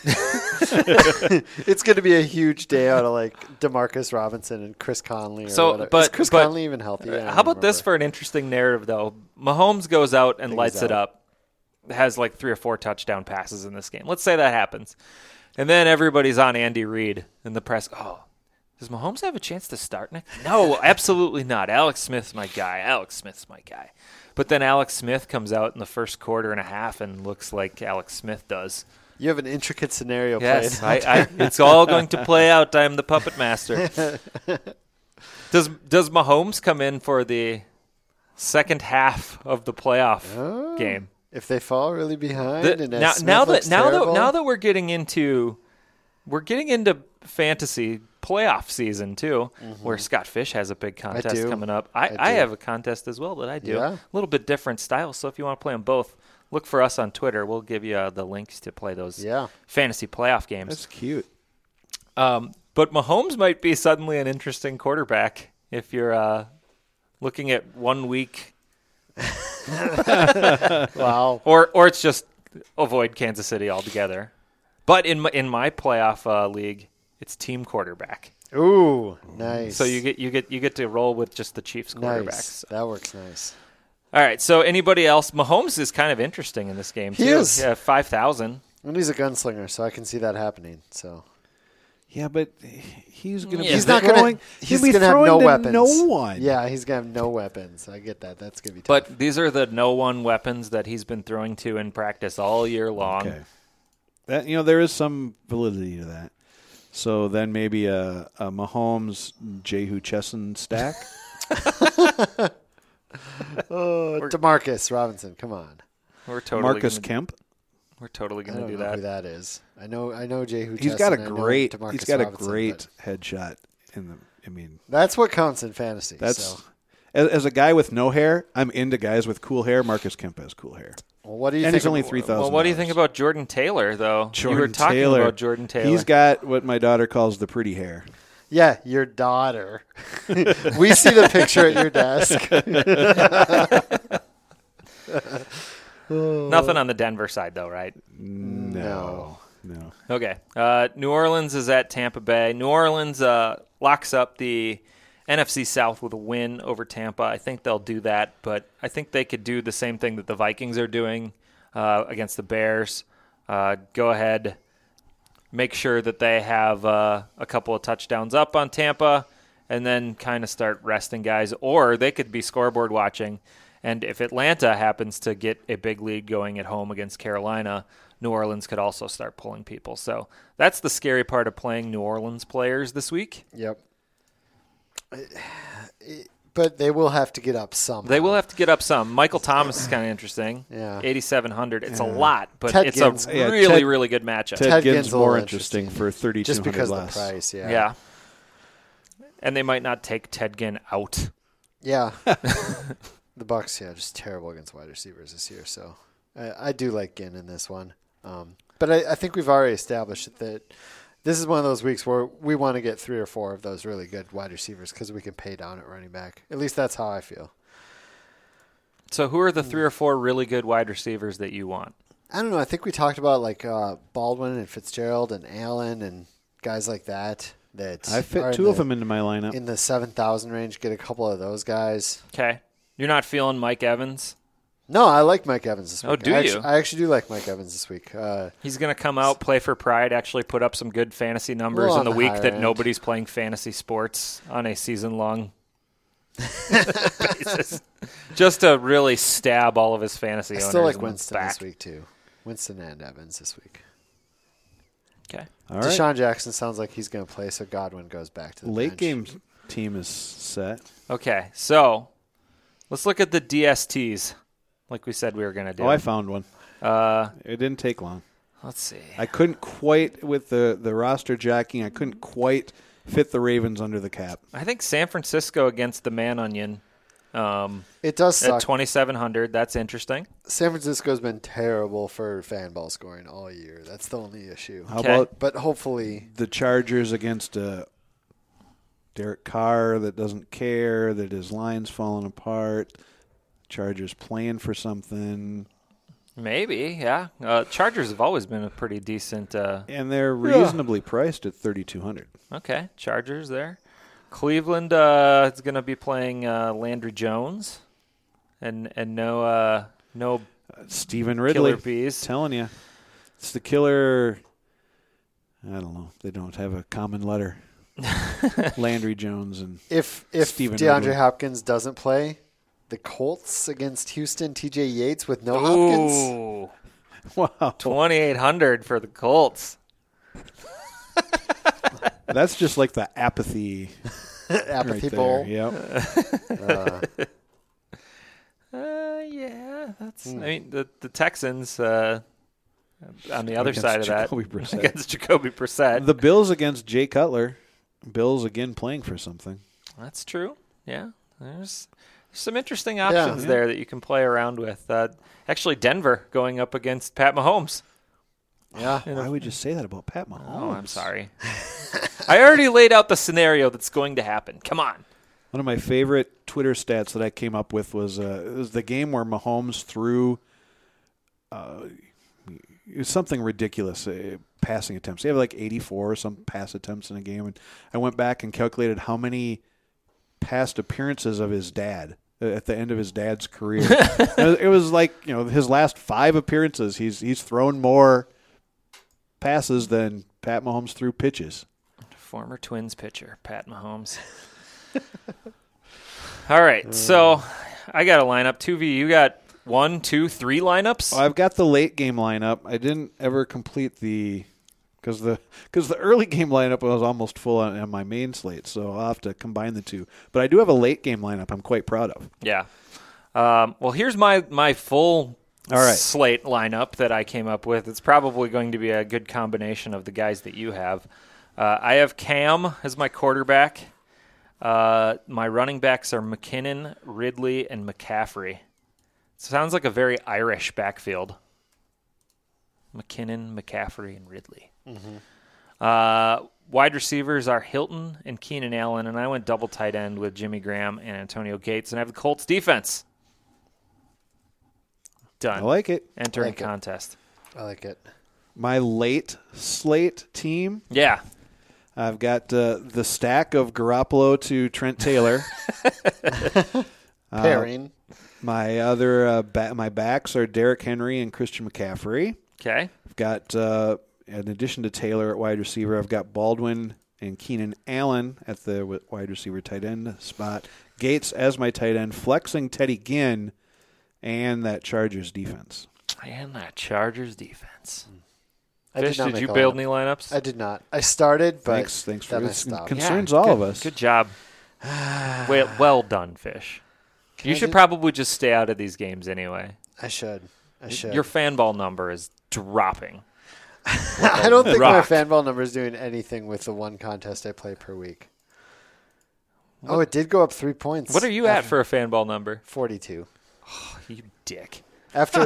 It's going to be a huge day out of like Demarcus Robinson and Chris Conley. Or So, whatever. but- is Chris but- Conley even healthy? I don't how about this remember. for an interesting narrative though? Mahomes goes out and lights out. it up, has like three or four touchdown passes in this game. Let's say that happens, and then everybody's on Andy Reid in the press. Oh, Does Mahomes have a chance to start next? No, absolutely not. Alex Smith's my guy. Alex Smith's my guy. But then Alex Smith comes out in the first quarter and a half and looks like Alex Smith does. You have an intricate scenario Yes, played. I, I, it's all going to play out. I'm the puppet master. Does does Mahomes come in for the second half of the playoff Oh, game? If they fall really behind, The- and now, now that now terrible, that now that we're getting into we're getting into fantasy playoff season too, where Scott Fish has a big contest Mm-hmm. do. coming up. I, I, I do. have a contest as well that I do. Yeah. A little bit different style. So if you want to play them both, look for us on Twitter. We'll give you uh, the links to play those Yeah. fantasy playoff games. That's cute. Um, but Mahomes might be suddenly an interesting quarterback if you're uh, looking at one week, wow, or or it's just avoid Kansas City altogether. But in my, in my playoff uh, league, it's team quarterback, ooh, nice. so you get you get you get to roll with just the Chiefs quarterbacks. nice. That works nice. All right, so anybody else? Mahomes is kind of interesting in this game He too. is. Yeah, five thousand. And he's a gunslinger, so I can see that happening. So Yeah, but he's going to be he's not going throwing- to. he'll He's be going to have throwing no to weapons. No one. Yeah, he's going to have no weapons. I get that. That's going to be tough. But these are the no one weapons that he's been throwing to in practice all year long. Okay. That you know there is some validity to that. So then maybe a, a Mahomes Jehu Chesson stack. But Demarcus Robinson, come on. We're totally Marcus gonna- Kemp. We're totally I going to don't do know that. who that is. I know I know Jehu. He's got a Tesson, I know uh, great. He's Demarcus got a Robinson, great but headshot. In the, I mean, That's what counts in fantasy. that's so. as, as a guy with no hair, I'm into guys with cool hair. Marcus Kemp has cool hair. Well, what do you and think? he's only of- three thousand. Well, what do you think about Jordan Taylor, though? Jordan you were talking Taylor. about Jordan Taylor. He's got what my daughter calls the pretty hair. Yeah, your daughter. we see the picture at your desk. Nothing on the Denver side, though, right? No, no. Okay. Uh, New Orleans is at Tampa Bay. New Orleans uh, locks up the NFC South with a win over Tampa. I think they'll do that, but I think they could do the same thing that the Vikings are doing uh, against the Bears. Uh, go ahead, make sure that they have uh, a couple of touchdowns up on Tampa, and then kind of start resting guys, or they could be scoreboard watching. And if Atlanta happens to get a big lead going at home against Carolina, New Orleans could also start pulling people. So that's the scary part of playing New Orleans players this week. Yep. But they will have to get up some. They will have to get up some. Michael Thomas is kind of interesting. Yeah. 8,700. It's a lot, but Ted it's Ginn- a yeah, really, Ted- really good matchup. Ted Ted Ginn's Ginn's a more little interesting, interesting. for thirty two just hundred because less. of the price. Yeah. yeah. And they might not take Ted Ginn out. Yeah. the Bucks, yeah, just terrible against wide receivers this year. So I, I do like Ginn in this one, um, but I, I think we've already established that this is one of those weeks where we want to get three or four of those really good wide receivers because we can pay down at running back. At least that's how I feel. So who are the Hmm. three or four really good wide receivers that you want? I don't know. I think we talked about like uh, Baldwin and Fitzgerald and Allen and guys like that. That I are fit in two the, of them into my lineup. in the seven thousand range. Get a couple of those guys. Okay. You're not feeling Mike Evans? No, I like Mike Evans this week. Oh, do I you? Actually, I actually do like Mike Evans this week. Uh, He's going to come out, play for Pride, actually put up some good fantasy numbers Well, in the on the week higher that end. nobody's playing fantasy sports on a season long basis. Just to really stab all of his fantasy I owners. still like in the Winston back. this week too. Winston and Evans this week. Okay. All right. Deshaun Jackson sounds like he's going to play, so Godwin goes back to the Late bench. game team is set. Okay. So let's look at the DSTs, like we said we were going to do. Oh, I found one. Uh, it didn't take long. let's see. I couldn't quite with the the roster jacking. I couldn't quite fit the Ravens under the cap. I think San Francisco against the Man Onion um, It does at suck. 2,700. That's interesting. San Francisco's been terrible for fan ball scoring all year. That's the only issue. How Okay. about But hopefully, the Chargers against a Derek Carr that doesn't care that his line's falling apart? Chargers playing for something, Maybe, yeah. Uh, Chargers have always been a pretty decent. Uh, and they're reasonably priced at thirty two hundred. okay, Chargers there. Cleveland uh, is going to be playing uh, Landry Jones, and and no uh, no Stephen Ridley, Killer bees. telling you, it's the killer. I don't know. They don't have a common letter. Landry Jones and if if Steven DeAndre Ridley. Hopkins doesn't play, the Colts against Houston, TJ Yates with no Hopkins. Ooh, wow, twenty eight hundred for the Colts. that's just like the apathy right Apathy there. Bowl. Yep. Uh, yeah, that's. Hmm. I mean, the the Texans uh, on the other Against side of Jacoby that Brissett. against Jacoby Brissett. the Bills against Jay Cutler. Bills again playing for something. That's true. Yeah, there's some interesting options Yeah. there that you can play around with. Uh, actually, Denver going up against Pat Mahomes. Yeah. Why would you say that about Pat Mahomes? Oh, I'm sorry. I already laid out the scenario that's going to happen. Come on. One of my favorite Twitter stats that I came up with was uh, it was the game where Mahomes threw uh, it was something ridiculous uh, passing attempts. They have like 84 or some pass attempts in a game, and I went back and calculated how many past appearances of his dad uh, at the end of his dad's career. it was like you know his last five appearances, he's he's thrown more passes than Pat Mahomes threw pitches. Former Twins pitcher Pat Mahomes. All right, Mm. so I got a lineup. Two V, you got one, two, three lineups. I've got the late game lineup. I didn't ever complete the because the because the early game lineup was almost full on, on my main slate, so I'll have to combine the two. But I do have a late game lineup. I'm quite proud of. Yeah. Um, well, here's my my full All right. slate lineup that I came up with. It's probably going to be a good combination of the guys that you have. Uh, I have Cam as my quarterback. Uh, my running backs are McKinnon, Ridley, and McCaffrey. Sounds like a very Irish backfield. McKinnon, McCaffrey, and Ridley. Mm-hmm. Uh, wide receivers are Hilton and Keenan Allen, and I went double tight end with Jimmy Graham and Antonio Gates, and I have the Colts defense. Done. I like it. Enter Like it. in contest. I like it. My late slate team. Yeah. I've got uh, the stack of Garoppolo to Trent Taylor. Uh, Pairing. my other uh, ba- my backs are Derrick Henry and Christian McCaffrey. Okay. I've got uh, in addition to Taylor at wide receiver, I've got Baldwin and Keenan Allen at the wi- wide receiver tight end spot. Gates as my tight end, flexing Teddy Ginn and that Chargers defense. And that Chargers defense. Hmm. I Fish, not did, make you a build lineup. any lineups? I did not. I started, but Thanks, thanks for then I this. stopped. Concerns Yeah, all good- of us. Good job. well, well done, Fish. you I should just- probably just stay out of these games anyway. I should. I should. Your fanball number is dropping. I don't think rock. my fanball number is doing anything with the one contest I play per week. Oh, it did go up three points. What are you at for a fanball number? Forty-two. You dick. After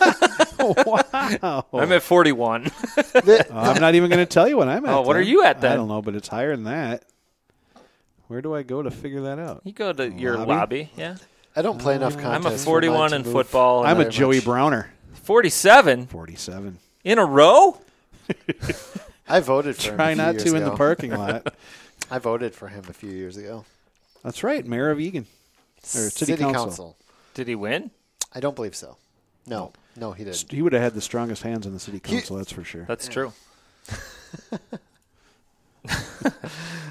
I'm at 41. Oh, I'm not even going to tell you what I'm at. Oh, what are then. you at I then? don't know, but it's higher than that. Where do I go to figure that out? you go to your Lobby? lobby. Yeah. I don't play enough contests. I'm a for mine 41 to in move. football. I'm and a very Joey much. Browner, 47 47. in a row? I voted for him. a Try few not years to in the ago. parking lot. I voted for him a few years ago. That's right, Mayor of Egan. Or City Council. Did he win? I don't believe so. No, no, he didn't. He would have had the strongest hands in the city council, that's for sure. That's true.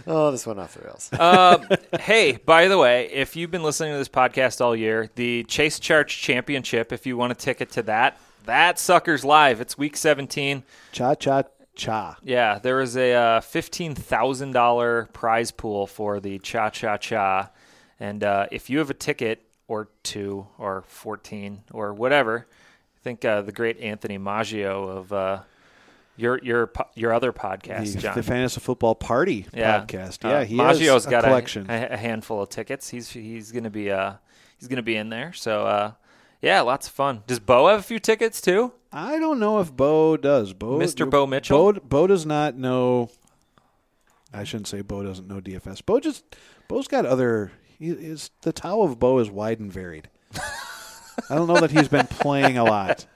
Oh, this went off the rails. Uh, hey, by the way, if you've been listening to this podcast all year, the Chase Charge Championship, if you want a ticket to that, that sucker's live. It's week 17. Cha cha cha. Yeah, there is a uh, $15,000 prize pool for the Cha Cha Cha. And uh, if you have a ticket or two or 14 or whatever, I think uh, the great Anthony Maggio of uh, your your po- your other podcast, The, John. the fantasy football party yeah. podcast. Uh, Yeah, he Maggio's has got a collection. A, handful of tickets. He's he's gonna be uh he's gonna be in there. So uh, yeah, lots of fun. Does Bo have a few tickets too? I don't know if Bo does. Bo, Mr. Bo Mitchell? Bo, Bo does not know. I shouldn't say Bo doesn't know DFS. Bo just Bo's got other. He is the towel of Bo is wide and varied. I don't know that he's been playing a lot.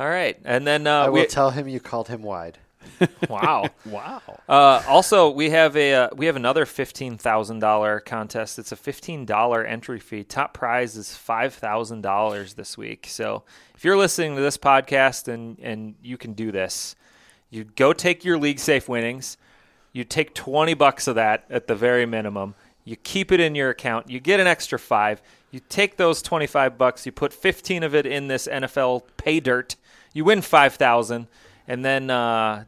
All right, and then uh, I we, will tell him you called him wide. wow, wow. Uh, also, we have a uh, we have another fifteen thousand dollar contest. It's a fifteen dollar entry fee. Top prize is five thousand dollars this week. So if you're listening to this podcast and and you can do this, you go take your league safe winnings. You take twenty bucks of that at the very minimum. You keep it in your account. You get an extra five. You take those twenty five bucks. You put fifteen of it in this NFL pay dirt. You win five thousand, and then. Uh,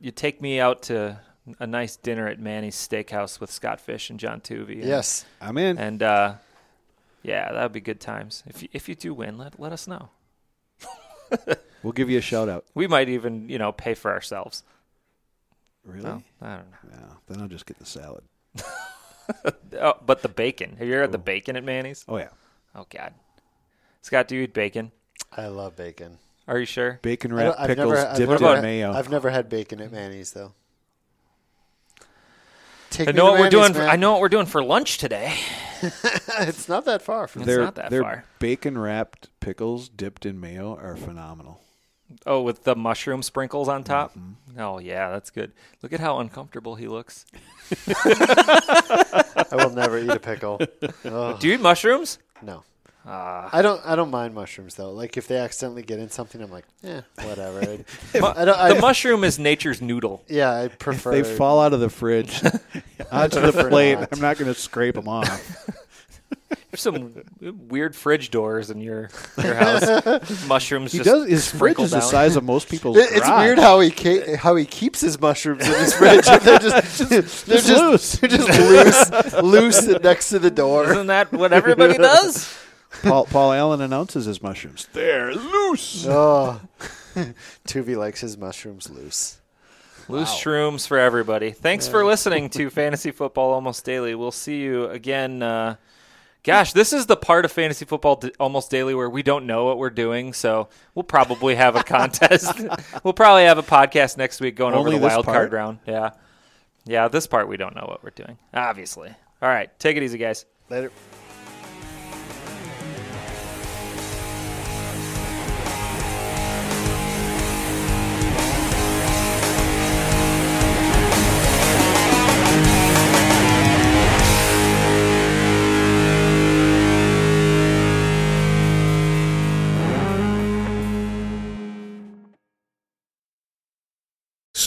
you take me out to a nice dinner at Manny's Steakhouse with Scott Fish and John Tuvey. And, Yes, I'm in. And uh, yeah, that would be good times. If you, if you do win, let let us know. we'll give you a shout out. We might even you know pay for ourselves. Really? No, I don't know. Yeah. Then I'll just get the salad. Oh, but the bacon. Have you ever had the bacon at Manny's? Oh yeah, Oh God, Scott, do you eat bacon? I love bacon. Are you sure? bacon I don't- wrap pickles dipped never in had- mayo. I've never had bacon at Manny's though. Take I me know to what we're Manny's, doing. man. I know what we're doing for lunch today. it's not that far from. It's not that their far. bacon wrapped pickles dipped in mayo are phenomenal. Oh, with the mushroom sprinkles on top. Oh yeah, that's good. Look at how uncomfortable he looks. I will never eat a pickle. Ugh, Do you eat mushrooms? no. Ah. I don't. I don't mind mushrooms though. Like if they accidentally get in something, I'm like, eh, whatever. I, I don't. the I, mushroom is nature's noodle. yeah, I prefer. They fall out of the fridge onto the Prefer plate. not. I'm not going to scrape them off. There's some weird fridge doors in your your house. Mushrooms. He just does. His fridge sprinkle is the down. size of most people's. It- it's garage. weird how he ca- how he keeps his mushrooms in his fridge. they're just, they're It's just, loose. they're just loose, loose and next to the door. Isn't that what everybody does? Paul, Paul Allen announces his mushrooms. They're loose. Oh, Tuvi likes his mushrooms loose. Loose shrooms for everybody. Thanks for listening to Fantasy Football Almost Daily. We'll see you again. Uh, gosh, this is the part of Fantasy Football D- Almost Daily where we don't know what we're doing, so we'll probably have a contest. we'll probably have a podcast next week going Only over the this wild part? card round. Yeah, yeah. This part we don't know what we're doing. Obviously. All right, take it easy, guys. Later.